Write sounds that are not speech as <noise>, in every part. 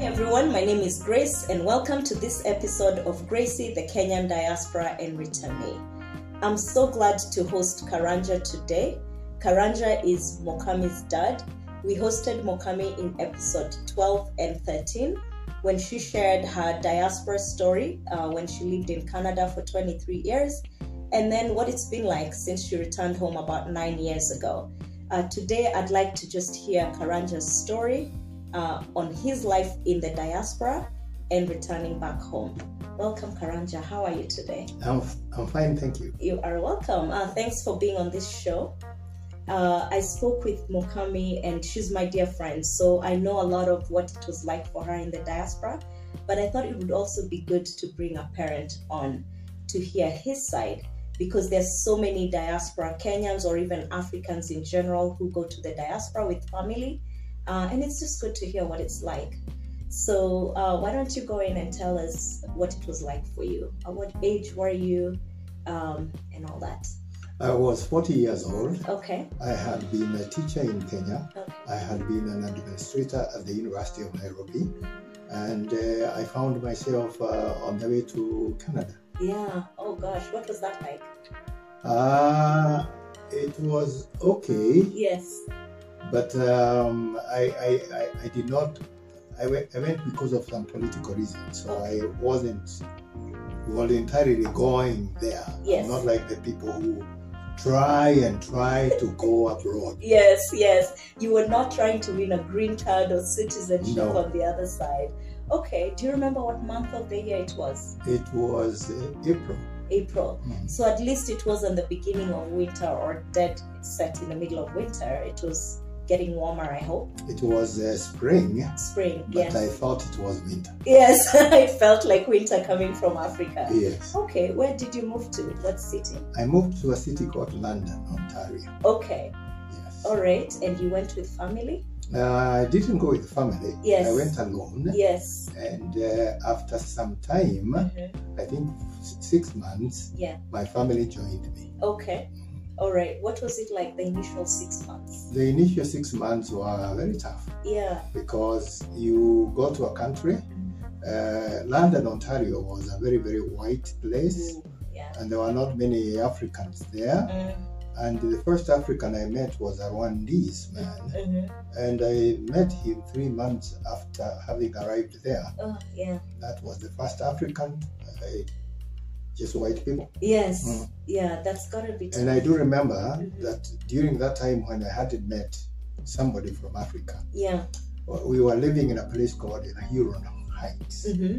everyone. My name is Grace, and welcome to this episode of Gracie, the Kenyan Diaspora and Returnee. I'm so glad to host Karanja today. Karanja is Mokami's dad. We hosted Mokami in episode 12 and 13 when she shared her diaspora story uh, when she lived in Canada for 23 years and then what it's been like since she returned home about nine years ago. Uh, today, I'd like to just hear Karanja's story uh, on his life in the diaspora and returning back home. Welcome, Karanja. How are you today? I'm, I'm fine, thank you. You are welcome. Uh, thanks for being on this show. Uh, I spoke with Mokami, and she's my dear friend, so I know a lot of what it was like for her in the diaspora. But I thought it would also be good to bring a parent on to hear his side because there's so many diaspora Kenyans or even Africans in general who go to the diaspora with family, uh, and it's just good to hear what it's like. So uh, why don't you go in and tell us what it was like for you? At what age were you, um, and all that? I was 40 years old. Okay. I had been a teacher in Kenya. Okay. I had been an administrator at the University of Nairobi. And uh, I found myself uh, on the way to Canada. Yeah. Oh gosh, what was that like? Uh, it was okay, Yes. but um, I, I, I, I did not. I went, I went because of some political reasons, so I wasn't voluntarily going there. I'm Yes. not like the people who try and try to go abroad. Yes, yes. You were not trying to win a green card or citizenship No. on the other side. Okay. Do you remember what month of the year it was? It was uh, April. April. Mm. So at least it wasn't the beginning of winter or dead set in the middle of winter. It was getting warmer, I hope. It was uh, spring, Spring, but yes. I thought it was winter. Yes, <laughs> I felt like winter coming from Africa. Yes. Okay, where did you move to? What city? I moved to a city called London, Ontario. Okay, Yes. all right. And you went with family? Uh, I didn't go with family. Yes. I went alone. Yes. And uh, after some time, Mhm. I think s- six months, Yeah. my family joined me. Okay, all right. What was it like the initial six months? The initial six months were very tough Yeah, because you go to a country. Uh, London, Ontario was a very, very white place, Mm, yeah. and there were not many Africans there. Mm, And the first African I met was a Rwandese man, mhm. and I met him three months after having arrived there. Oh, yeah. That was the first African, uh, just white people. Yes, Mm. yeah, that's gotta be And tough. I do remember Mhm. that during that time when I hadn't met somebody from Africa, Yeah. we were living in a place called Huron Heights. Mm-hmm.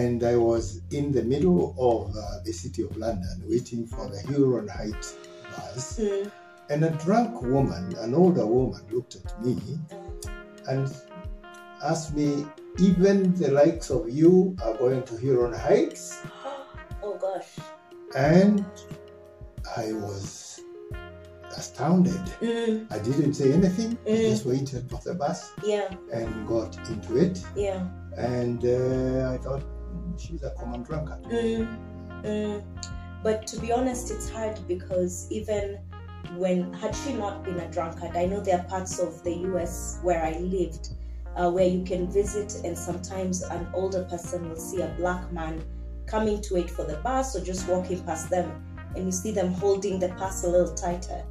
And I was in the middle of uh, the city of London waiting for the Huron Heights bus. Mm. And a drunk woman, an older woman, looked at me and asked me, even the likes of you are going to Huron Heights? Oh gosh. And I was astounded. Mm, I didn't say anything. I Mm. just waited for the bus yeah, and got into it. yeah. And uh, I thought, "Hmm, she's a common drunkard. Mm, mm. But to be honest, it's hard because even when had she not been a drunkard, I know there are parts of the U.S. where I lived uh, where you can visit, and sometimes an older person will see a black man coming to wait for the bus or just walking past them, and you see them holding the pass a little tighter.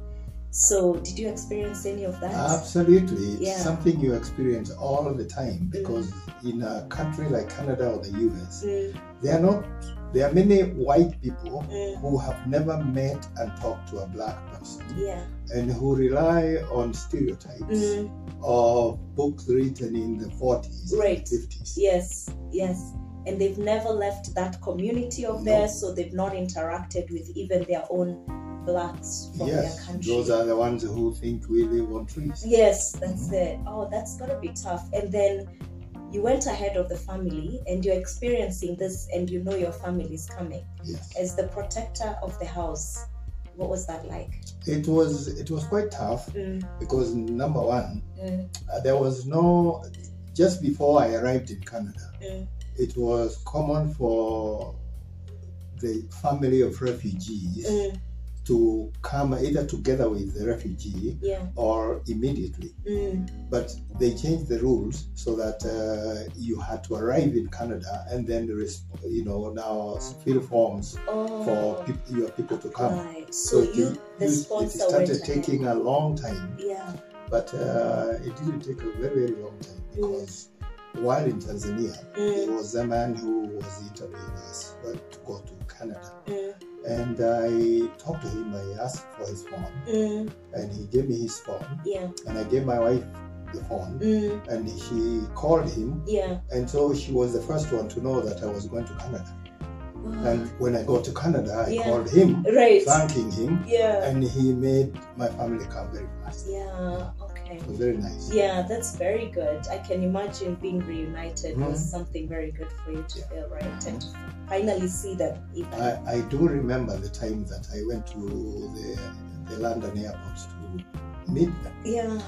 So, did you experience any of that? Absolutely. It's Yeah. something you experience all the time because in a country like Canada or the US, Mm, there are not there are many white people mm, who have never met and talked to a black person yeah. and who rely on stereotypes. Mm, of books written in the 40s Right. and 50s. yes, yes. And they've never left that community of No. theirs, so they've not interacted with even their own blacks from their Yes, country. those are the ones who think we live on trees. Yes, that's it. Oh, that's gotta be tough. And then you went ahead of the family and you're experiencing this and you know your family is coming. Yes, As the protector of the house, what was that like? it was it was quite tough Mm, because number one, mm, uh, there was no. Just before I arrived in Canada, mm. it was common for the family of refugees Mm, to come either together with the refugee yeah. or immediately. Mm. But they changed the rules so that uh, you had to arrive in Canada and then there is, you know, now fill forms Oh. for peop your people to come. Right. So, it- you, the it sponsor started went ahead. taking a long time, Yeah. but uh, it didn't take a very, very long time because while in Tanzania, Mm, there was a man who was interviewing us well, to go to Canada. mm, And I talked to him, I asked for his phone, mm, and he gave me his phone, yeah. and I gave my wife the phone, Mm, and she called him. yeah. And so she was the first one to know that I was going to Canada. And when I got to Canada, I Mm. Yeah. called him, right. thanking him, Yeah. and he made my family come very fast. Yeah. Okay. It was very nice. Yeah, that's very good. I can imagine being reunited Mhm. was something very good for you to Yeah. feel right and to finally see that even. Mm-hmm. I, I do remember the time that I went to the, the London airport to meet them. yeah.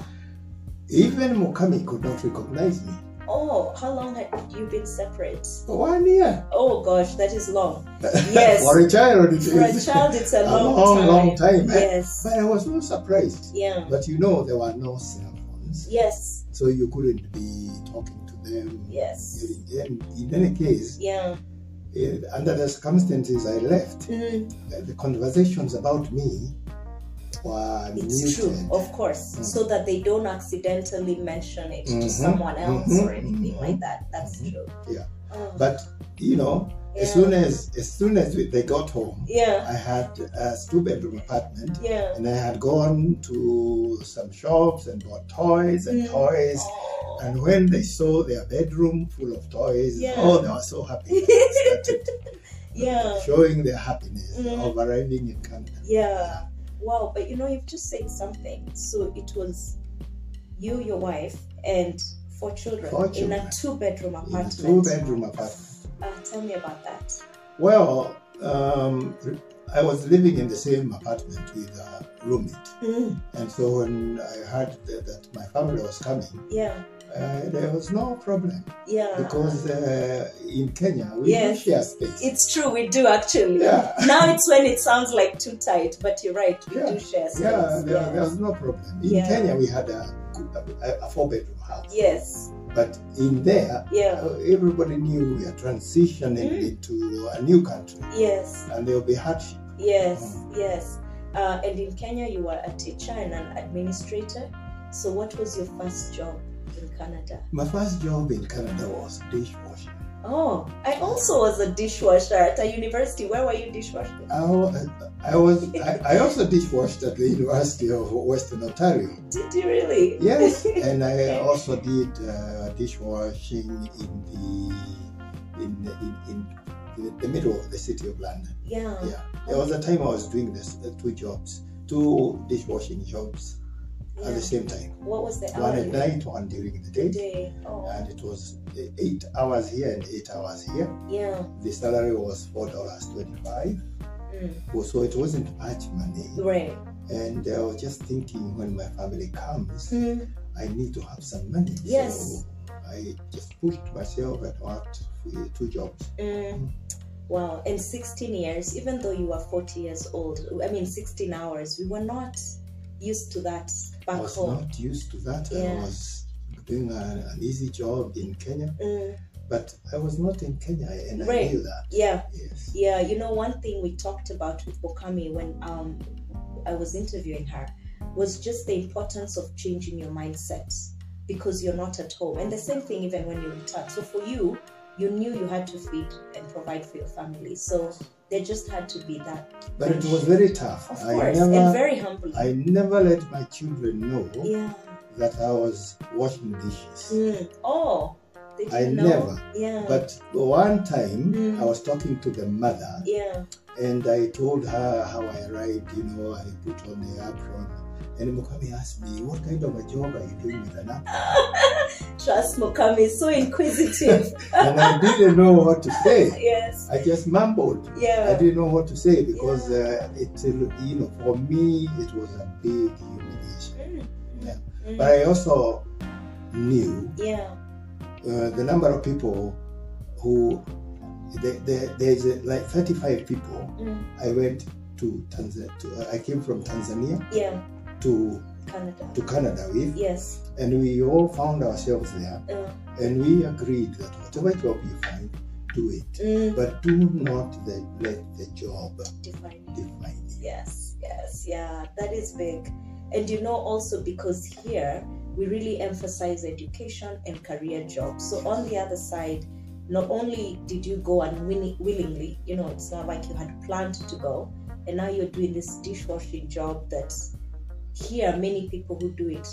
Even Mukami could not recognize me. Oh, how long had you been separate? For one year. Oh gosh, that is <laughs> long. Yes. For a child, it For a <laughs> is child, it's a, a long, long time. eh? Yes. But I was not surprised. Yeah. But you know, there were no cell phones, Yes. so you couldn't be talking to them. Yes. In, in any case, Yeah. eh, under the circumstances I left, Mm, eh, the conversations about me were it's true, muted. of course, Mm. so that they don't accidentally mention it to Mhm, someone else or mhm, anything mhm. like that. That's Mhm. true. Yeah. Oh, But you know, yeah. as soon as as soon as we- they got home, yeah. I had a two-bedroom apartment, Yeah. and I had gone to some shops and bought toys and Mm. toys. Oh. And when they saw their bedroom full of toys, Yeah. oh, they were so happy. They started <laughs> <laughs> yeah. Showing their happiness Mm. of arriving in Canada. Yeah. Wow. But you know, you've just said something. So it was you, your wife, and four children Four in a children. two bedroom In a apartment. two-bedroom apartment. Uh, tell me about that. Well, um, I was living in the same apartment with a roommate, Mm, and so when I heard that, that my family was coming, yeah. uh, there was no problem Yeah. because uh, in Kenya we Yes. do share space. it's true, we do actually. yeah, Now it's when it sounds like too tight, but you're right, we Yeah. do share space. yeah, there, yes. there was no problem. In Yeah. Kenya we had a, a, a four-bedroom house, Yes. but in there Yeah. Uh, everybody knew we are transitioning Mm. into a new country Yes. and there will be hardship. Yes. Mm. Yes. Uh, and in Kenya, you were a teacher and an administrator. So, what was your first job in Canada? My first job in Canada was dishwasher. Oh, I also was a dishwasher at a university. Where were you dishwashing? I, wa- I was I, I also dishwashed at the University of Western Ontario. Did you really? Yes, and I also did uh, dishwashing in the in the- in, in the, the middle of the city of London. yeah. Yeah, there was a time I was doing this uh, two jobs, two dishwashing jobs yeah. at the same time. What was the One at hourly night, one during the day. day? Oh, and it was uh, eight hours here and eight hours here. yeah. The salary was four dollars twenty-five, Mm. so it wasn't much money. Right. And I was just thinking, when my family comes, Mm. I need to have some money. Yes. So I just pushed myself and worked for two jobs. Mm. Wow. And 16 years, even though you were 40 years old, I mean 16 hours, we were not used to that I back was home. not used to that. I Yeah. was doing a- an easy job in Kenya, Mm. but I was not in Kenya, and I Right. knew that. Yeah. Yes. Yeah, you know, one thing we talked about with Bokami when um, I was interviewing her was just the importance of changing your mindset because you're not at home. And the same thing even when you return. So for you, you knew you had to feed and provide for your family. So there just had to be that, But it was very tough. of I course, and never, very humbly. I never let my children know. yeah. that I was washing dishes. Mm. Oh, they didn't I know. never. Yeah. But one time Mm. I was talking to the mother yeah. and I told her how I arrived, you know, I put on the apron. And Mukami asked me, What kind of a job are you doing with an apron? Trust Mokami is so inquisitive. <laughs> and I didn't know what to say. yes. I just mumbled. I Yeah. didn't know what to say because uh, it, you know, for me, it was a big humiliation. Mm. Yeah. Mm. But I also knew yeah. uh, the number of people who there, there, there's uh, like 35 people Mm. i went to Tanzania. To, uh, I came from Tanzania Yeah. to Canada. to Canada with, Yes. and we all found ourselves there, Uh, and we agreed that whatever job you find, do it, mm, but do not the, let the job divine. define you. Yes, yes, yeah, that is big. And you know, also because here we really emphasize education and career jobs. So on the other side, not only did you go and win- willingly, you know, it's not like you had planned to go, and now you're doing this dishwashing job that here many people who do it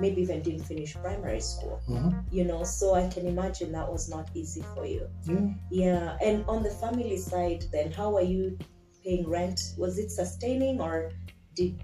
maybe even didn't finish primary school, Mhm. you know. So I can imagine that was not easy for you. Yeah. Yeah, and on the family side, then how are you paying rent? Was it sustaining, or did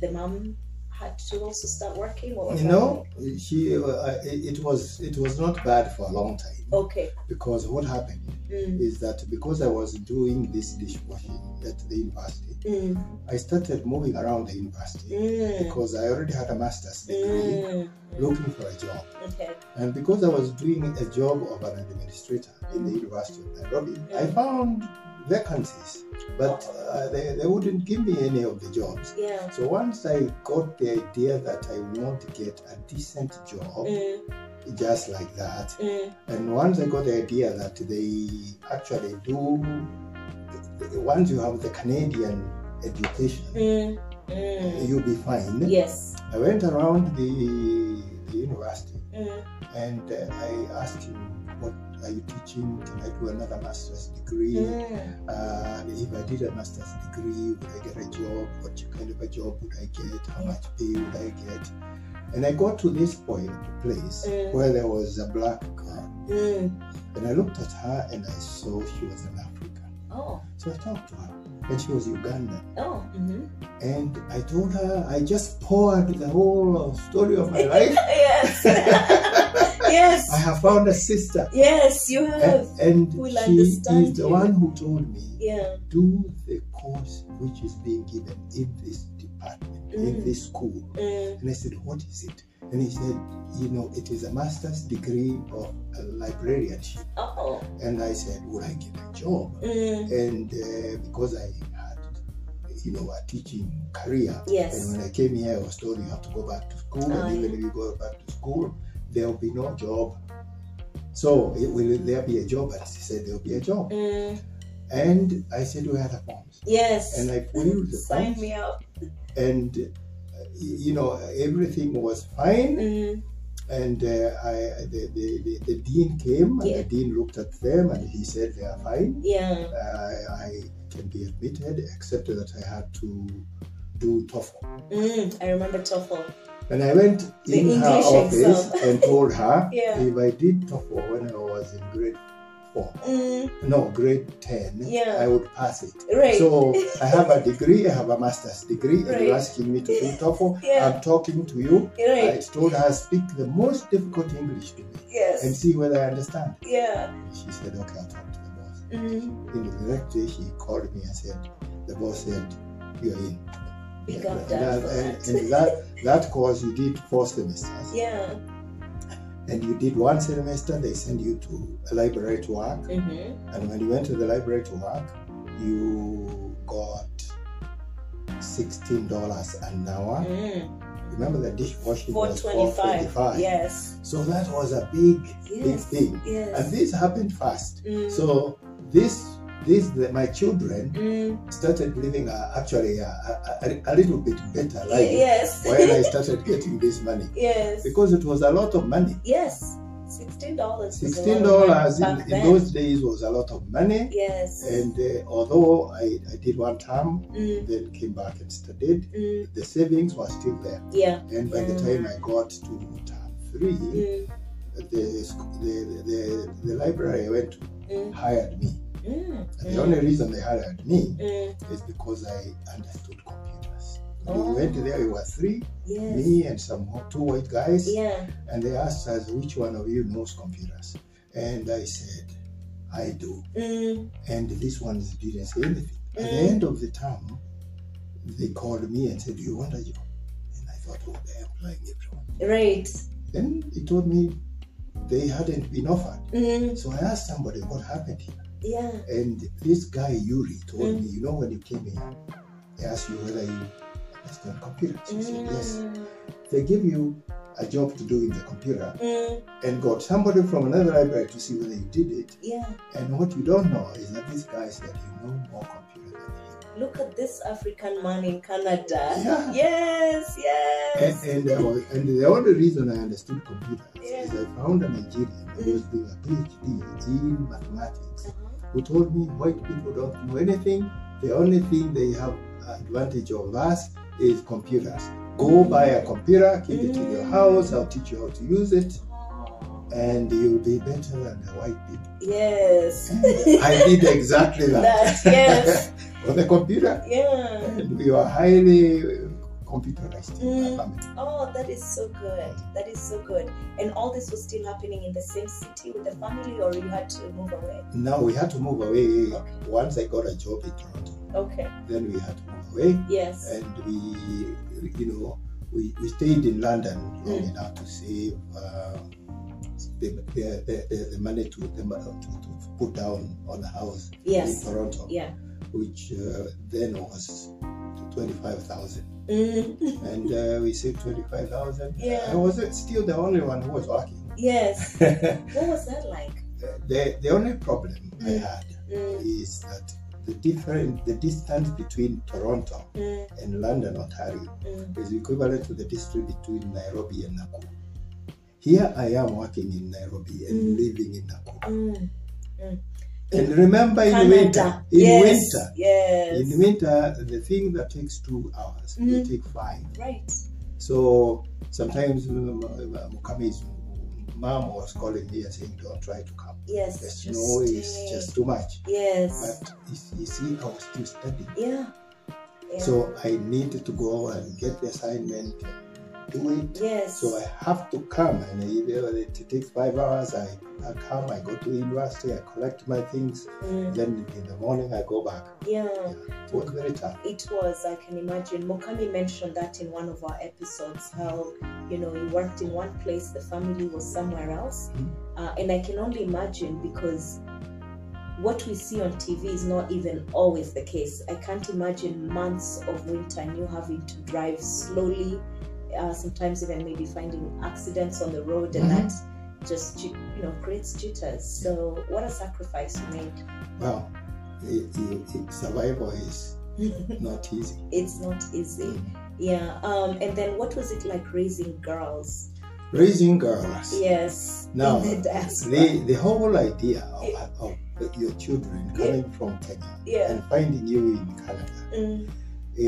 the mom had to also start working? What was You that know, she. Uh, I- it was it was not bad for a long time like? Okay. because what happened Mm, is that because I was doing this dishwashing at the university, mm, I started moving around the university mm, because I already had a master's degree mm, looking for a job. Okay. And because I was doing a job of an administrator in the University of Nairobi, I found vacancies, but uh, they, they wouldn't give me any of the jobs. Yeah. So once I got the idea that I want to get a decent job Mm, just like that, mm, and once I got the idea that they actually do, once you have the Canadian education, mm, mm. you'll be fine. Yes. I went around the, the university Mm, and uh, I asked him, What are you teaching? Can I do another master's degree? mm, Uh, if I did a master's degree, would I get a job? What kind of a job would I get? How much pay would I get? And I got to this point, place, Mm. where there was a black girl. mm. And I looked at her and I saw she was an African. Oh. So I talked to her and she was Ugandan. Oh. Mm-hmm. <laughs> And I told her, I just poured the whole story of my life. Yes. <laughs> I yes. have found a sister. Yes. You Eh? have. And, and Will she understand is the you. one who told me, Yeah. do the course which is being given in this department, in Mm. this school. Mm, And I said, what is it? And he said, you know, it is a master's degree of uh, librarianship. oh. And I said, would I get a job? Mm, and uh, because I had you know a teaching career Yes. and when I came here I was told you have to go back to school Oh, and even yeah. if you go back to school there will be no job so it, will there be a job and she said there will be a job mm. and I said we had a forms Yes. and I filled the Sign forms me up. and uh, y- you know everything was fine Mm, and uh, I the, the, the, the dean came and Yeah. the dean looked at them and he said they are fine Uh, yeah. I, I can be admitted, except that I had to do TOEFL. Mm, I remember TOEFL. And I went The in her English office exam. and told her <laughs> Yeah. if I did TOEFL when I was in grade four, Mm, no, grade 10, Yeah. I would pass it. right. <laughs> So I have a degree, I have a master's degree, and Right. you're asking me to do <laughs> TOEFL. Yeah. I'm talking to you. uh, I right. told her, speak the most difficult English to me and yes. see whether I understand. Yeah. She said, okay, I'll talk to the boss. Mm, In the next day, she called me and said, the boss said, you're in. we And, got done for and- that. and that, that course you did four semesters. yeah. And you did one semester, they send you to a library to work. Mm-hmm. And when you went to the library to work, you got $16 an hour. Mm. Remember the dishwashing was 425. $4.25. Yes. So that was a big, big Yes. thing. And Yes. this happened fast. Mm, So this, this, the, my children mm, started living a, actually a, a, a- a little bit better life yes. when I started getting this money yes. because it was a lot of money. Yes. Sixteen dollars. Sixteen dollars in, back in then. those days was a lot of money, Yes. and uh, although I, I did one term, mm, then came back and studied, mm, the savings were still there. yeah. And by the time I got to term three, Mm, the, sc- the, the the library I went to mm, hired me. mm, And the only reason they hired me mm, is because I understood computers. Oh. We went there, we were three, yes. me and some wh- two white guys, Yeah. and they asked us which one of you knows computers, and I said, I do, Mm, and these ones didn't say anything. At the Mm. end of the term, they called me and said, "Do you want a job?" And I thought, "Oh, they are employing everyone." right. Then they told me they hadn't been offered, Mm, so I asked somebody what happened here, yeah. and this guy Yuri told Mm. me, "You know, when you came here, They ask you whether you understand computers. You say Mm, yes. They give you a job to do in the computer Mm. and got somebody from another library to see whether you did it. Yeah. And what you don't know is that these guys that you know more computer than Look at this African man in Canada. Yeah. Yes, yes. you. And, and, I was, and the only reason I understood computers Yeah. is I found a Nigerian who was doing a PhD in mathematics Uh-huh. who told me white people don't know anything. The only thing they have advantage of us is computers. Go buy a computer, keep it in your Mm. house, I'll teach you how to use it, and you'll be better than the white people. Yes. I did <laughs> exactly that. That, <laughs> yes. On the computer, yeah. and we were highly uh, computerized in Mm. my family. Oh, that is so good. That is so good. And all this was still happening in the same city with the family, or you had to move away? Now we had to move away. Okay. Once I got a job in Toronto, Okay. then we had to move away, Yes. and we, you know, we, we stayed in London long Mm. enough to save um, the, the, the, the, the money to, the, mo- to, to put down on a house yes. in Toronto, Yeah. which uh, then was twenty-five thousand. Mm. <laughs> and uh, we saved 25,000. Yeah. I was still the only one who <laughs> was working. Yes. the, What was that like? the only problem I Mm. had Mm. is that the different the distance between Toronto Mm. and London, Ontario, Mm. is equivalent to the distance between Nairobi and Nakuru. Here I am working in Nairobi and Mm. living in Nakuru. Mm. And remember in winter, in yes. winter, Yes. in winter, the thing that takes two hours will Mm. take five. Right. So sometimes uh, Mukami's mom was calling me and saying, Don't try to come. Yes. The just snow is stay. just too much. Yes. But you see- you see, I was still studying. yeah. yeah. So I needed to go and get the assignment, do it. yes. So I have to come, and I- it takes five hours. I, I come, I go to university, I collect my things, Mm. then in the morning I go back. yeah. It was very tough. it was i can imagine mokami mentioned that in one of our episodes how you know you worked in one place the family was somewhere else Mhm. uh, and i can only imagine because what we see on tv is not even always the case i can't imagine months of winter and you having to drive slowly uh, sometimes even maybe finding accidents on the road and Mhm. that just ju- you know creates jitters so what a sacrifice you Well, it, it, it, survival is made not easy. it's not easy Yeah. Um, and then what was it like raising girls? Raising girls. Yes. Now, In the diaspora. the, the whole idea of, of your children coming from Kenya yeah. and finding you in Canada Mm,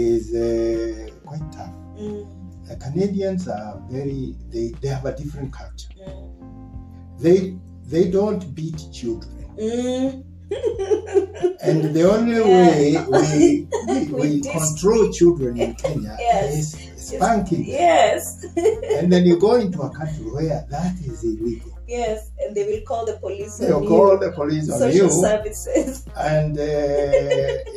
is uh, quite tough. mm, The Canadians are very, they, they have a different culture. mm, They, they don't beat children. mm. And the only Yeah. <laughs> way we, we, We we dis- control children <laughs> in Kenya Yes. is spanking them. <laughs> yes. And then you go into a country where that is illegal. Yes. And they will call the police. on They'll you, call the police on social you. services. <laughs> and uh,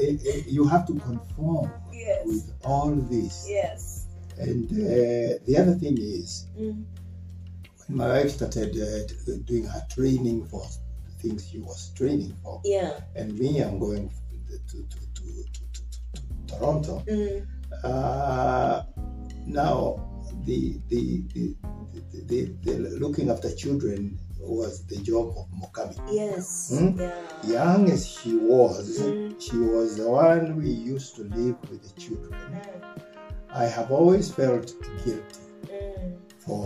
it, it- you have to conform Yes. with all this. Yes. And uh, the other thing is, Mm, when my wife started uh, t- doing her training for things she was training for, yeah. and me, I'm going to, to, to, to, to, to, to Toronto. Mm, Uh, now, the the, the, the, the the looking after children was the job of Mokami. yes. Hmm? Yeah. Young as she was, Mm, She was the one we used to live with the children. mm, I have always felt guilty mm, for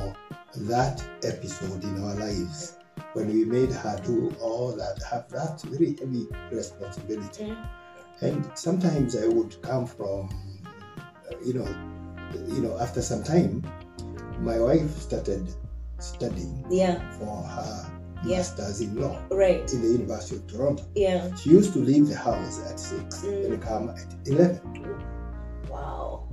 that episode in our lives when we made her do all that, have that very heavy responsibility. mm. And sometimes I would come from, uh, you know, you know, after some time, my wife started studying Yeah. for her Yeah. master's in law Right. in the University of Toronto. Yeah. She used to leave the house at six Mm. and come at eleven. Wow.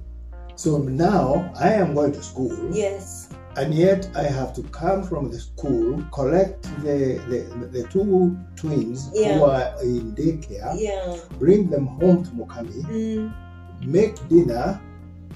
So now I am going to school, Yes. and yet I have to come from the school, collect the the, the two twins Yeah. who are in daycare, Yeah. bring them home to Mokami, Mm, make dinner,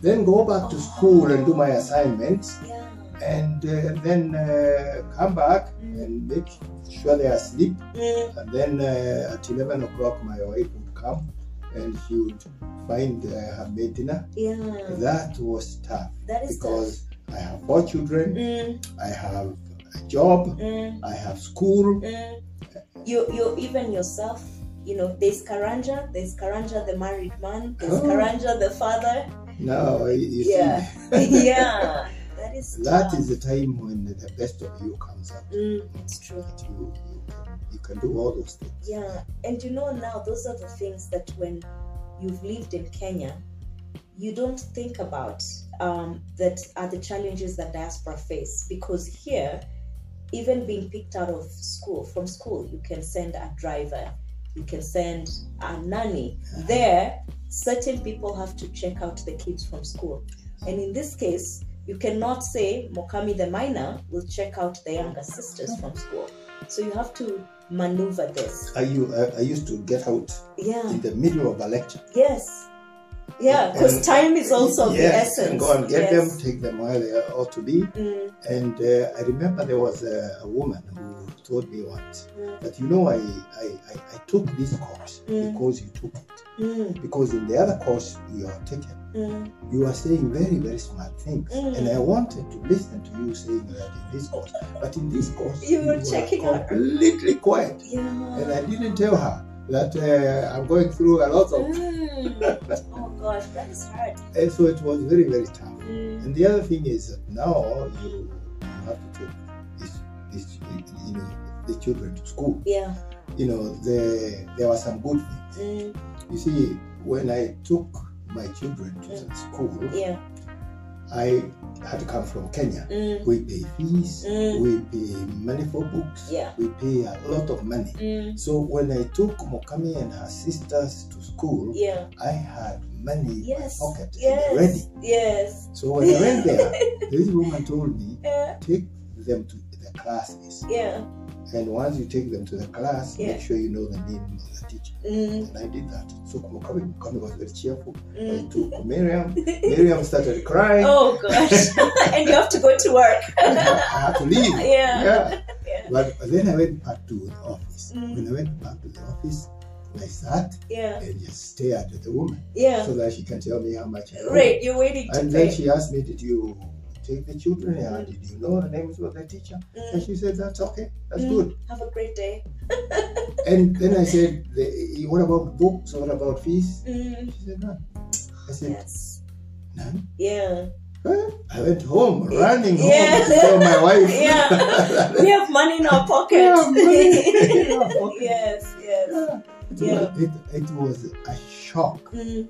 then go back to school and do my assignments, yeah. and uh, then uh, come back and make sure they are asleep. Mm. And then uh, at eleven o'clock, my wife would come and she would find uh, her maid dinner. Yeah. That was tough That is tough. because I have four children, Mm, I have a job, mm, I have school. mm. You you even yourself. You know, there's Karanja, there's Karanja the married man, there's Oh. Karanja the father. Now, you you Yeah. <laughs> see, <laughs> yeah, that is that tough. is the time when the best of you comes out. Mm, it's true. That you, you, can, you can do all those things. Yeah, and you know now those are the things that when you've lived in Kenya, you don't think about um, that are the challenges that diaspora face because here, even being picked out of school from school, you can send a driver, you can send a nanny. There, certain people have to check out the kids from school, and in this case. You cannot say Mokami the minor will check out the younger sisters from school. So you have to maneuver this. I, you, I, I used to get out Yeah. in the middle of a lecture. Yes. Yeah, because And- time is also of the Yes, essence. And go and Yes. get them, take them where they ought to be. Mm, And uh, I remember there was a, a woman who told me once mm, that, you know, I, I, I, I took this course Mm. because you took it. mm, Because in the other course you are taken, mm. you are saying very, very smart things. Mm. And I wanted to listen to you saying that in this course. But in this course, You were checking her. completely quiet. And I Yeah. didn't tell her that uh, I'm going through a lot of. Mm. Oh gosh, that is hard. And so it was very, very tough. Mm, And the other thing is that now you have to take these, these, you know, the children to school. Yeah. You know, the, there were some good things. Mm, You see, when I took my children to the school, Mm. yeah. I had come from Kenya. Mm, We pay fees, Mm. we pay money for books, Yeah. we pay a lot of money. mm, So when I took Mokami and her sisters to school, yeah. I had money in my Yes. pocket and ready. Yes. Yes. So when I went there, <laughs> this woman told me Yeah. take them to the classes. Yeah. And once you take them to the class, Yeah. make sure you know the name of the teacher. Mm, And I did that. So Mukami, Mukami was very cheerful. I mm. took Miriam. Miriam started crying. <laughs> Oh gosh. <laughs> and you have to go to work. I had to <laughs> leave. Yeah. Yeah. But then I went back to the office. Mm. When I went back to the office, I sat Yeah. and just stared at the woman Yeah. so that she can tell me how much I owe. Right, you're waiting to And then pay. she asked me, Did you take the children? And did you know the names of the teacher? And Mm, she said, That's okay. That's Mm. good. have a great day. And then I said, "The- eh, What about books? What about fees? Mm, She said, None. I said, yes. None? Yeah. Well, I went home, running Yeah. home to tell my wife. <laughs> Yeah. we have money in our pocket. Yeah, <laughs> money in our pocket. yes, yes. Yeah. It, Yeah. Was, it, it was a shock Mm,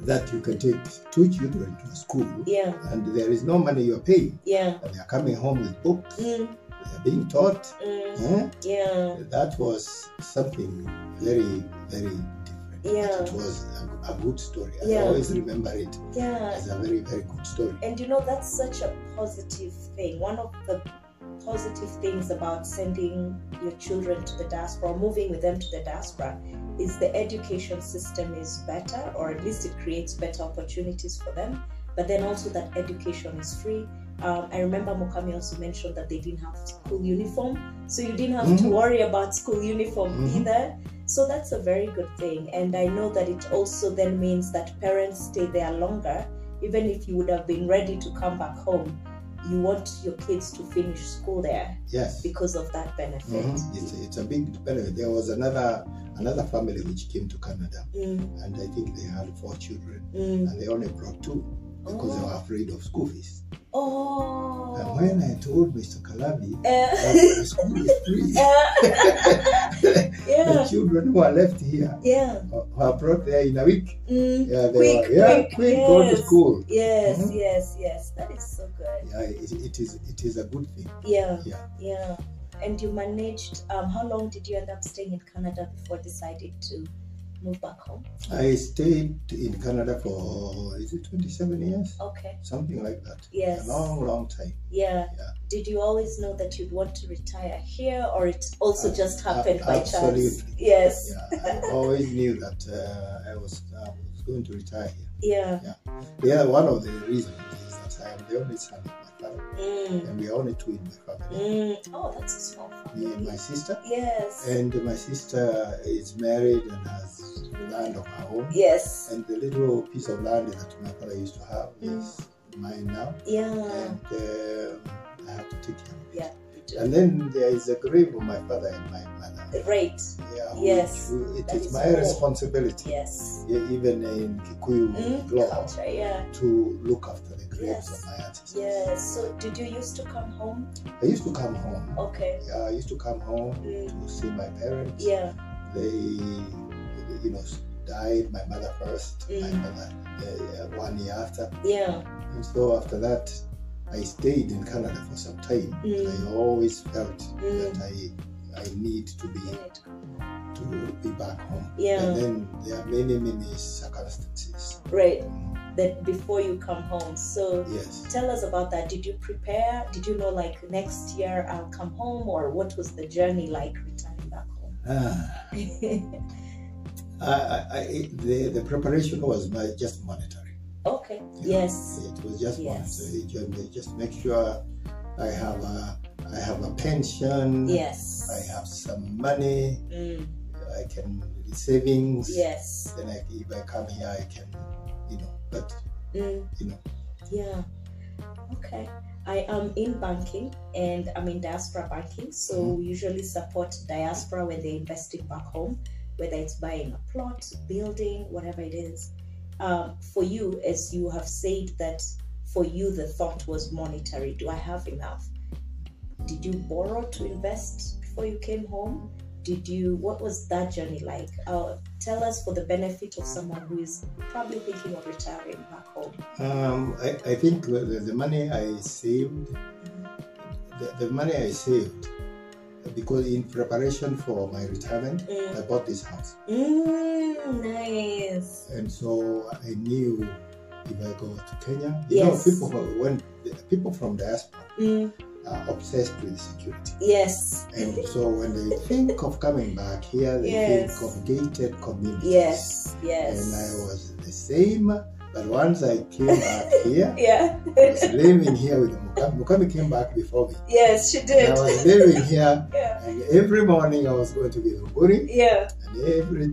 that you can take two children to school yeah, and there is no money you're paying. yeah. And they're coming home with books, Mm, they're being taught. mm, eh? yeah, That was something very, very different. But Yeah. It was a, a good story. I Yeah. always remember it yeah. as a very, very good story. And you know, that's such a positive thing. One of the positive things about sending your children to the diaspora, or moving with them to the diaspora, is the education system is better, or at least it creates better opportunities for them. But then also that education is free. Um, I remember Mukami also mentioned that they didn't have school uniform, so you didn't have to Mhm. worry about school uniform Mhm. either. So that's a very good thing. And I know that it also then means that parents stay there longer even if you would have been ready to come back home, you want your kids to finish school there Yes. because of that benefit. Mhm. It's, it's a big benefit. There was another another family which came to Canada, Mm, and I think they had four children, mm. and they only brought two because they were afraid of school fees. Oh. And when I told Mr. Kalabi that <laughs> Eh, the school is free, eh. the <laughs> yeah. children who are left here Yeah. uh, were brought there in a week. Mm. Yeah, they Quick, were yeah, quick, go to yes. school. Yes, Mhm. yes, yes. That is so good. Yeah, it, it is it is a good thing. Yeah. Yeah. Yeah. And you managed, um, how long did you end up staying in Canada before deciding to move back home? I stayed in Canada for is it 27 years, Okay. something like that. Yes. A long, long time. Yeah. Yeah. Did you always know that you'd want to retire here, or it also Ab- just ab- happened by chance? absolutely. Yes. Yeah, I always knew that uh, I was I was going to retire here. Yeah. Yeah, one of the reasons is that I am the only son of my family, Mm. and we are only two in my family. Mm. Oh, that's a small Me and family. my sister, Yes. and my sister is married and has land of our own. Yes. And the little piece of land that my father used to have Mm. is mine now. Yeah. And um I have to take care of it. Yeah. you do. And then there is a grave of my father and my mother. Right. Yeah, Yes, which- it that is is my cool. responsibility, Yes. yeah, even in Kikuyu Mm, law, Culture. Yeah. to look after the graves Yes. of my ancestors. Yes. So, did you used to come home? I used to come home. Okay. Yeah, I used to come home Oh. Mm. to see my parents. Yeah. They, you know, died. My mother first. My Mm. mother uh, one year after. Yeah. And so after that, I stayed in Canada for some time. Mm. I always felt Mm. that I I need to be to be back home. Yeah. And then there are many many circumstances. Right. That before you come home. So. Yes. Tell us about that. Did you prepare? Did you know, like, next year I'll come home, or what was the journey like returning back home? <laughs> Ah, I, I, I, the, the preparation was my, just monetary. okay. you know. Yes. It was just Yes. monetary. It was just make sure I have a I have a pension. Yes. I have some money. Mm. I can savings. Yes. Then I, if I come here, I can, you know. But Mm. You know. Yeah. Okay. I am in banking and I'm in diaspora banking. So Mm-hmm. we usually support diaspora when they're investing back home, whether it's buying a plot, building, whatever it is. Um, for you, as you have said that for you the thought was monetary. Do I have enough? Did you borrow to invest before you came home? Did you? What was that journey like? Uh, tell us for the benefit of someone who is probably thinking of retiring back home. um, I, I think the, the money I saved, the, the money I saved, because in preparation for my retirement, Mm. I bought this house. Mm, nice. and so I knew if I go to Kenya, you Yes. know, people who- when people from diaspora Mm, are obsessed with security, <laughs> yes. and so when they think of coming back here, they Yes. think of gated communities. Yes. and Yes. I was the same. But once I came back here, Yeah. I was living here with Mukami. Mukami came back before me. yes, she And did. I was living here, Yeah. and every morning I was going to Githunguri, Yeah. and every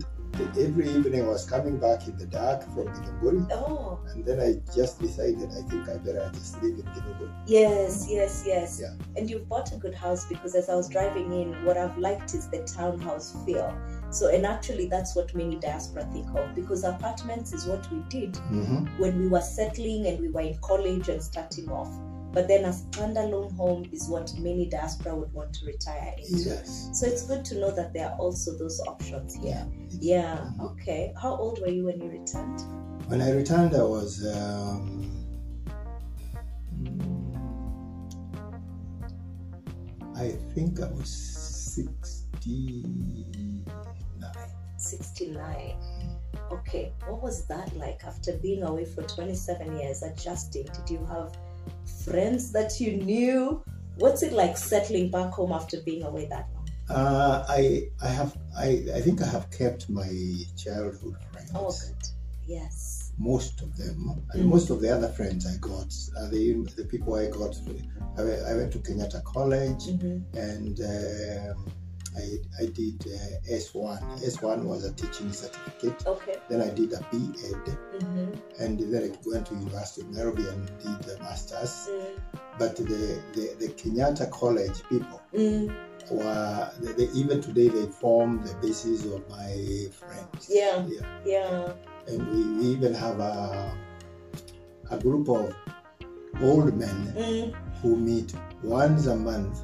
every evening I was coming back in the dark from Githunguri. Oh. And then I just decided I think I better just live in Kidogo. Yes, yes, yes. Yeah. And you've bought a good house because as I was driving in, what I've liked is the townhouse feel. So, and actually, that's what many diaspora think of because apartments is what we did when we were settling and we were in college and starting off. But then a standalone home is what many diaspora would want to retire into. Yes. So it's good to know that there are also those options here. Yeah. Yeah. Okay. How old were you when you returned? When I returned, I was um, mm, I think I was sixty-nine. 69. Okay. What was that like after being away for 27 years, adjusting? Did you have friends that you knew? What's it like settling back home after being away that long? Uh, I I have I, I think I have kept my childhood friends. Oh, good. Yes. most of them, and Mm. most of the other friends I got are the, the people I got. I, went- I went to Kenyatta College hmm and um, I, I did uh, S1. S1 was a teaching certificate. Okay. Then I did a B.Ed Mm-hmm. and then I went to University of Nairobi and did a master's. But the, the, the Kenyatta College people mm were, they, they- even today, they form the basis of my friends. Yeah. Yeah. Yeah. and we, we even have a, a group of old men Mm. who meet once a month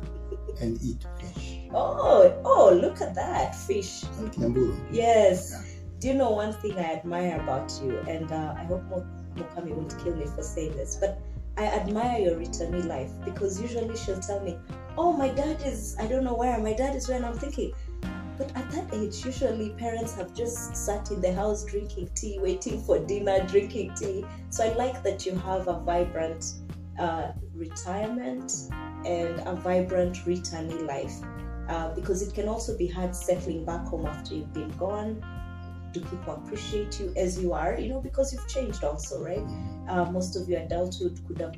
and eat fish Oh, oh, look at that fish. on Kiamburu. Yes. Yeah. Do you know one thing I admire about you? And uh, I hope Mo- Mokami won't kill me for saying this, but I admire your returnee life because usually she'll tell me, Oh, my dad is, I don't know where, my dad is where. And I'm thinking, but at that age, usually parents have just sat in the house drinking tea, waiting for dinner, drinking tea. So I like that you have a vibrant uh, retirement and a vibrant returnee life uh, because it can also be hard settling back home after you've been gone. Do people appreciate you as you are? You know, because you've changed also, right? Uh, most of your adulthood could have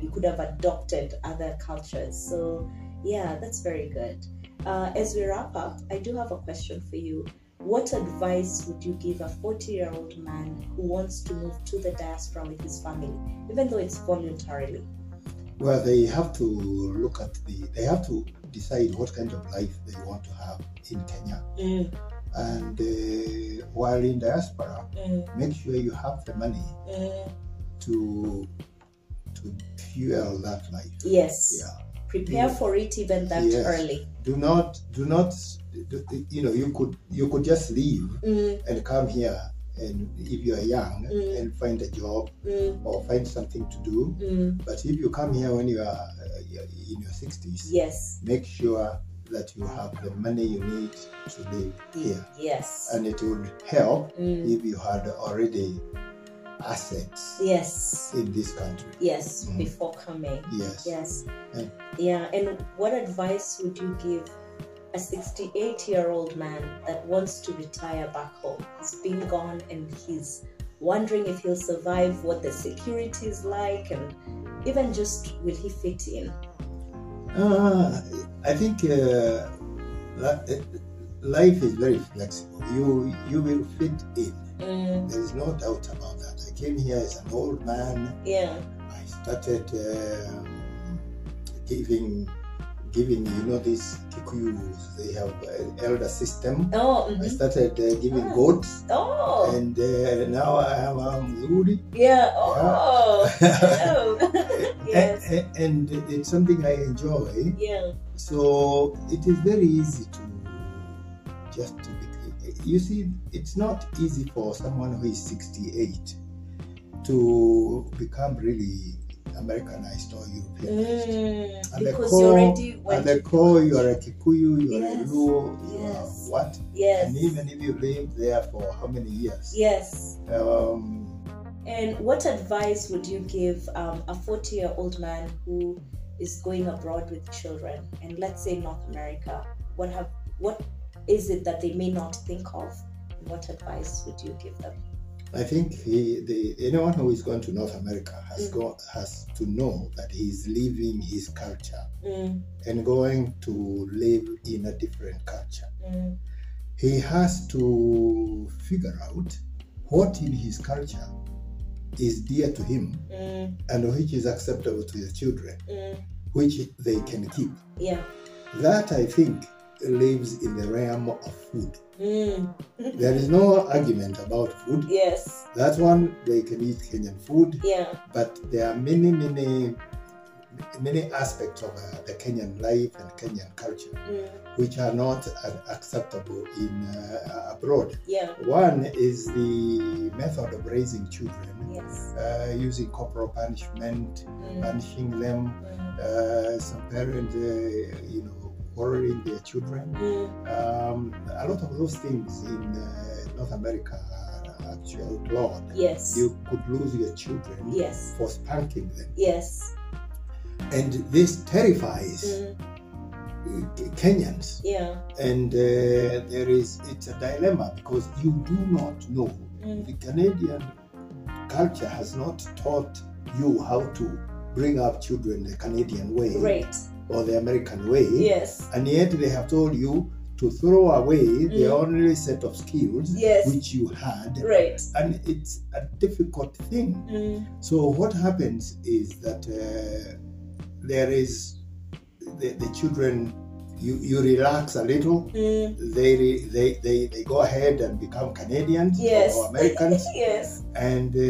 you could have adopted other cultures. So yeah, that's very good. Uh, as we wrap up, I do have a question for you. What advice would you give a 40 year old man who wants to move to the diaspora with his family, even though it's voluntarily? Well, they have to look at the, they have to decide what kind of life they want to have in Kenya. Mm, And uh, while in diaspora, mm, make sure you have the money mm. to to fuel that life. Yes. Yeah. Prepare Mm. for it even that Yes. early. Do not, do not, do- you know, you could, you could just leave Mm, and come here, and if you are young, Mm. and find a job mm, or find something to do. mm. But if you come here when you are uh, in your sixties, Yes. make sure that you have the money you need to live here, Yes. and it would help Mm. if you had already assets Yes. in this country. Yes. Mm. Before coming. Yes. Yes. Mm. Yeah. And what advice would you give a 68 year old man that wants to retire back home? He's been gone and he's wondering if he'll survive, what the security is like, and even just will he fit in? Uh, I think uh, li- life is very flexible. You you will fit in. Mm, There is no doubt about that. I came here as an old man. yeah. I started uh, giving giving you know these Kikuyus. They have an elder system. Oh, I mhm. started uh, giving Ah. goats, oh, and uh, now I am a Mzuri. yeah. Oh, <laughs> hello. yes. A- a- And, it's something I enjoy. Yeah. So it is very easy to just to be. You see, it's not easy for someone who is 68 to become really Americanized or Europeanized. Mm, And the because core- you're already what At the core, you are a Kikuyu, you are Yes, a Luo, you yes. are what? And yes. even if you live there for how many years? Yes. Um, And what advice would you give um, a 40 year old man who is going abroad with children and let's say North America? What have what is it that they may not think of? And what advice would you give them? I think he, the, anyone who is going to North America has Mm. go, has to know that he is leaving his culture Mm, and going to live in a different culture. mm, He has to figure out what in his culture is dear to him mm, and which is acceptable to his children, mm. which they can keep. Yeah. That I think lives in the realm of food. Mm. There is no argument about food. <laughs> yes. That one they can eat Kenyan food. Yeah. but there are many, many, many aspects of uh, the Kenyan life and Kenyan culture Mm. which are not uh, acceptable in uh, abroad. Yeah. One is the method of raising children. Yes. Uh, using corporal punishment, Mm, punishing them, mm, uh, some parents, uh, you know, quarreling their children. mm, Um, a lot of those things in uh, North America are actually outlawed. Yes. You could lose your children Yes. for spanking them. Yes. and this terrifies Mm, uh, Kenyans. yeah. And uh, there is it's a dilemma because you do not know. Mm, The Canadian culture has not taught you how to bring up children the Canadian way great. or the American way, Yes. and yet they have told you to throw away the only set of skills Mm. Yes. which you had. Right. And it's a difficult thing. Mm, So what happens is that uh, there is the, the children. You, you relax a little. mm, They, re- they they they go ahead and become Canadians yes. or Americans, yes. and uh,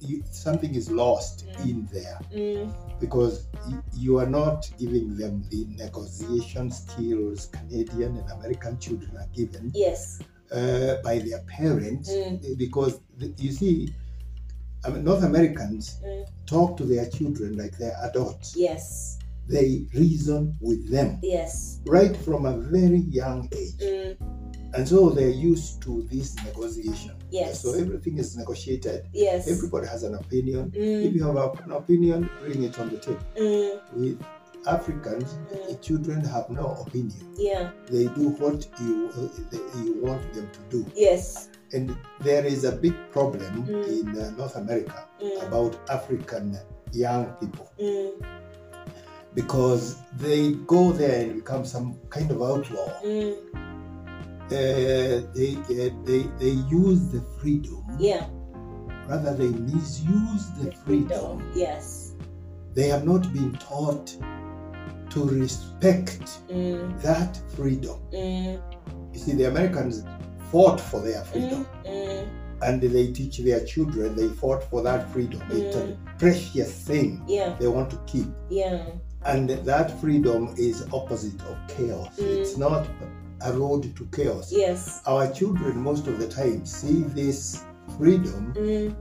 you, something is lost Mm. in there Mm, because you, you are not giving them the negotiation skills Canadian and American children are given yes. uh, by their parents eh, Mm, because the, you see, I mean, North Americans Mm. talk to their children like they're adults. yes. They reason with them Yes. right from a very young age, Mm, and so they're used to this negotiation. yes. So everything is negotiated. yes. Everybody has an opinion. If Mm, you have a- an opinion, bring it on the table. mm, With Africans, the mm, children have no opinion. yeah. They do what you uh, you want them to do, Yes. and there is a big problem Mm. in uh, North America. Mm, about African young people mm, because they go there and become some kind of outlaw mm, uh, they, uh, they they use the freedom. Yeah. Rather, they misuse the, freedom. Yes. They have not been taught to respect Mm, that freedom. mm, You see, the Americans fought for their freedom, mm, mm, and they teach their children they fought for that freedom. It's a Mm. precious thing yeah. they want to keep. Yeah. And that freedom is opposite of chaos. Mm. It's not a road to chaos. Yes. Our children most of the time see this freedom Mm,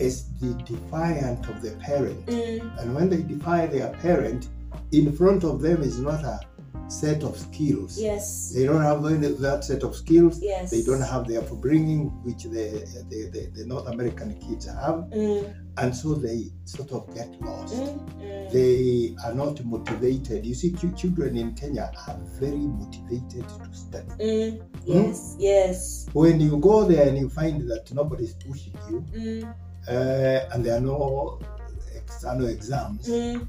as the defiant of the parent. mm, And when they defy their parent, in front of them is not a set of skills. yes. They don't have any, that set of skills. Yes. They don't have their upbringing, which the, the, the, the North American kids have. Mm, And so they sort of get lost. mm, mm, They are not motivated. You see, ch- children in Kenya are very motivated to study. mm, yes. Yes. When you go there and you find that nobody's pushing you, Mm, uh, and there are no external exams, mm,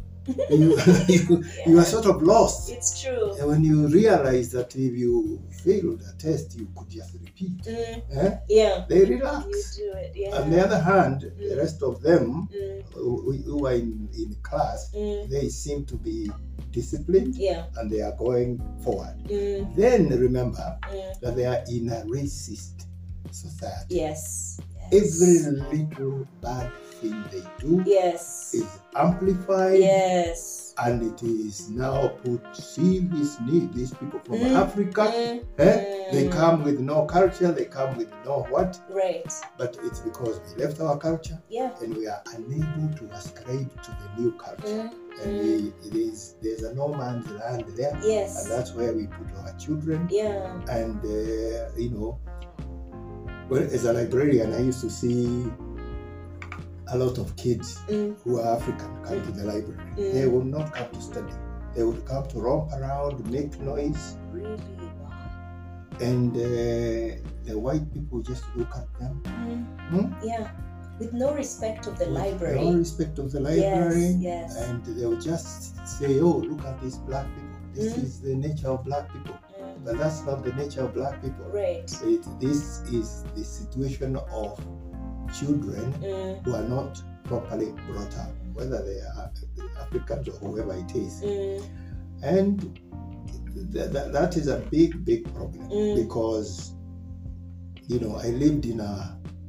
you, <laughs> you, you <laughs> yeah. are sort of lost. It's true. And when you realize that if you failed a test, you could just repeat, Mm, eh? yeah. they You relax. do it. On the Yeah. other hand, the rest of them Mm, who who are in, in class, mm, they seem to be disciplined yeah. and they are going forward. Mm, Then remember mm, that they are in a racist society. yes. Every Yes. little bad thing they do Yes. is amplified. Yes. And it is now put, see this need, these people from Mm. Africa, Mm, eh? They mm, come with no culture, they come with no what, Right. but it's because we left our culture Yeah. and we are unable to ascribe to the new culture. Mm, And we, it is, there's a no man's land there, and yes. that's where we put our children. Yeah. And, uh, you know, well, as a librarian, I used to see a lot of kids Mm, who are African come to the library. Mm. They will not come to study, they would come to romp around, make noise. really. Wow. and uh, the white people just look at them Mm, Hmm? Yeah. With no respect of the with library. no respect of the library, Yes. Yes. and they will just say, "Oh, look at these black people. This Hmm. is the nature of black people." Mm, But that's not the nature of black people. right. It, this is the situation of children Mm, who are not properly brought up, whether they are Africans or whoever it is, mm, and th- th- that is a big, big problem Mm. because you know I lived in a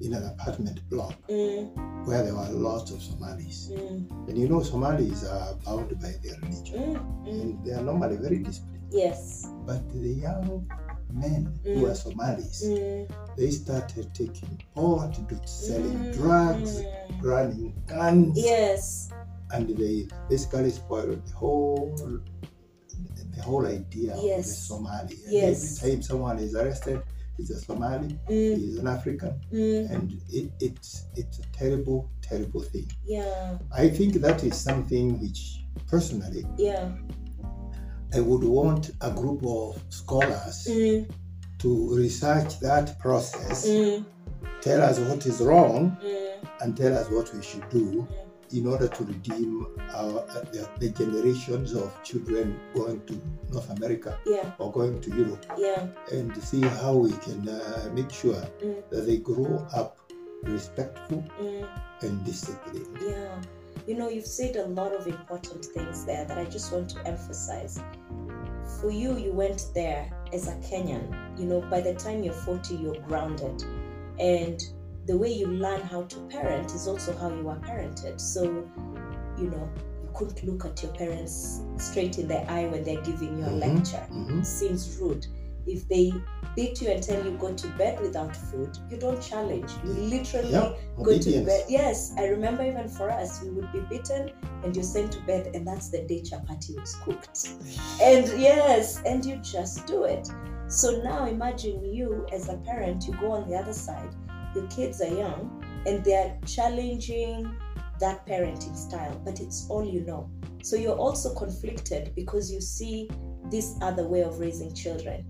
in an apartment block mm, where there were lots of Somalis, mm, and you know Somalis are bound by their religion, mm, mm. and they are normally very disciplined. Yes. But the young men who Mm. are Somalis, Mm, they started taking pot, do- selling mm, drugs, mm. running guns, Yes. and they basically spoiled the whole the whole idea of the Yes. Somali. And Yes. Every time someone is arrested, it's a Somali, Mm, it's an African, mm, and it, it's it's a terrible, terrible thing. yeah. I think that is something which personally Yeah. I would want a group of scholars Mm, to research that process, mm, tell us what is wrong, mm, and tell us what we should do mm. in order to redeem our, uh, the, the generations of children going to North America Yeah. or going to Europe Yeah. and see how we can uh, make sure Mm. that they grow up respectful Mm. and disciplined. Yeah. You know, you've said a lot of important things there that I just want to emphasize. For you, you went there as a Kenyan. You know, by the time you're 40, you're grounded. And the way you learn how to parent is also how you are parented. So, you know, you couldn't look at your parents straight in the eye when they're giving you a Mhm. lecture. Mhm. Seems rude. If they beat you and tell you go to bed without food, you don't challenge. You literally Yeah, go to obedience. bed. Yes, I remember even for us, we would be beaten and you're sent to bed, and that's the day chapati was cooked. And yes, and you just do it. So now imagine you as a parent, you go on the other side, your kids are young and they're challenging that parenting style, but it's all you know. So you're also conflicted because you see this other way of raising children,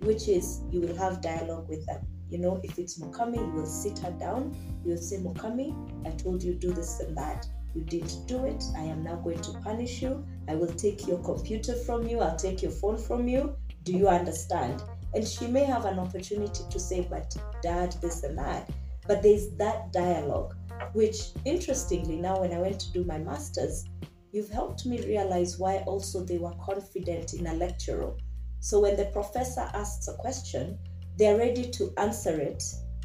which is you will have dialogue with them. You know, if it's Mukami, you will sit her down. You'll say, Mukami, I told you do this and that. You didn't do it. I am now going to punish you. I will take your computer from you. I'll take your phone from you. Do you understand? And she may have an opportunity to say, but dad, this and that. But there's that dialogue, which interestingly, now when I went to do my master's, you've helped me realize why also they were confident in a lecturer. So when the professor asks a question, they're ready to answer it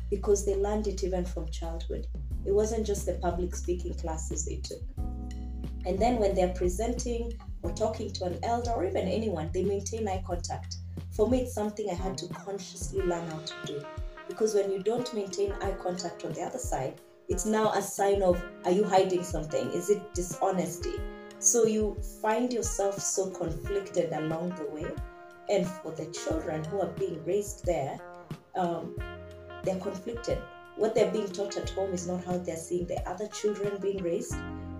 because they learned it even from childhood. It wasn't just the public speaking classes they took. And then when they're presenting or talking to an elder or even anyone, they maintain eye contact. For me, it's something I had to consciously learn how to do because when you don't maintain eye contact on the other side, it's now a sign of are you hiding something? Is it dishonesty? So you find yourself so conflicted along the way. And for the children who are being raised there, um, they're conflicted. What they're being taught at home is not how they're seeing the other children being raised.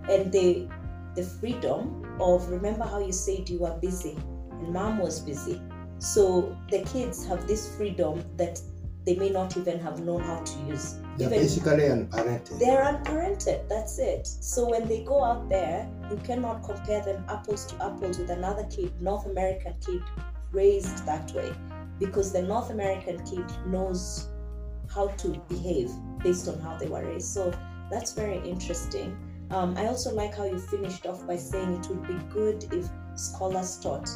And they, the freedom of remember how you said you were busy and mom was busy. So the kids have this freedom that they may not even have known how to use. They're Even- basically unparented. they're unparented, that's it. So when they go out there, you cannot compare them apples to apples with another kid, North American kid raised that way. Because the North American kid knows how to behave based on how they were raised. So that's very interesting. Um, I also like how you finished off by saying it would be good if scholars taught.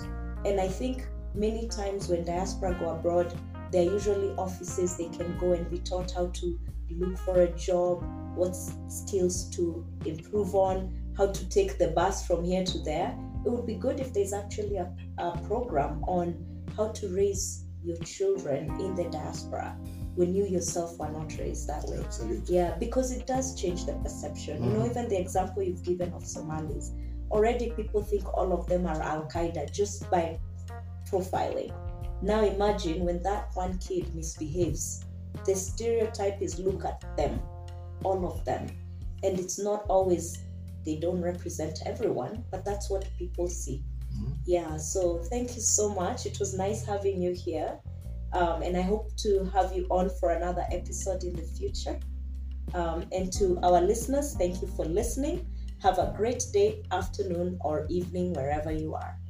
And I think many times when diaspora go abroad, there are usually offices they can go and be taught how to look for a job, what s- skills to improve on, how to take the bus from here to there. It would be good if there's actually a, a program on how to raise your children in the diaspora when you yourself were not raised that way. Absolutely. Yeah, because it does change the perception. You know, even the example you've given of Somalis, already people think all of them are Al Qaeda just by profiling. Now imagine when that one kid misbehaves, the stereotype is look at them, all of them. And it's not always they don't represent everyone, but that's what people see. Mhm. Yeah, so thank you so much. It was nice having you here. Um, and I hope to have you on for another episode in the future. Um, and to our listeners, thank you for listening. Have a great day, afternoon, or evening, wherever you are.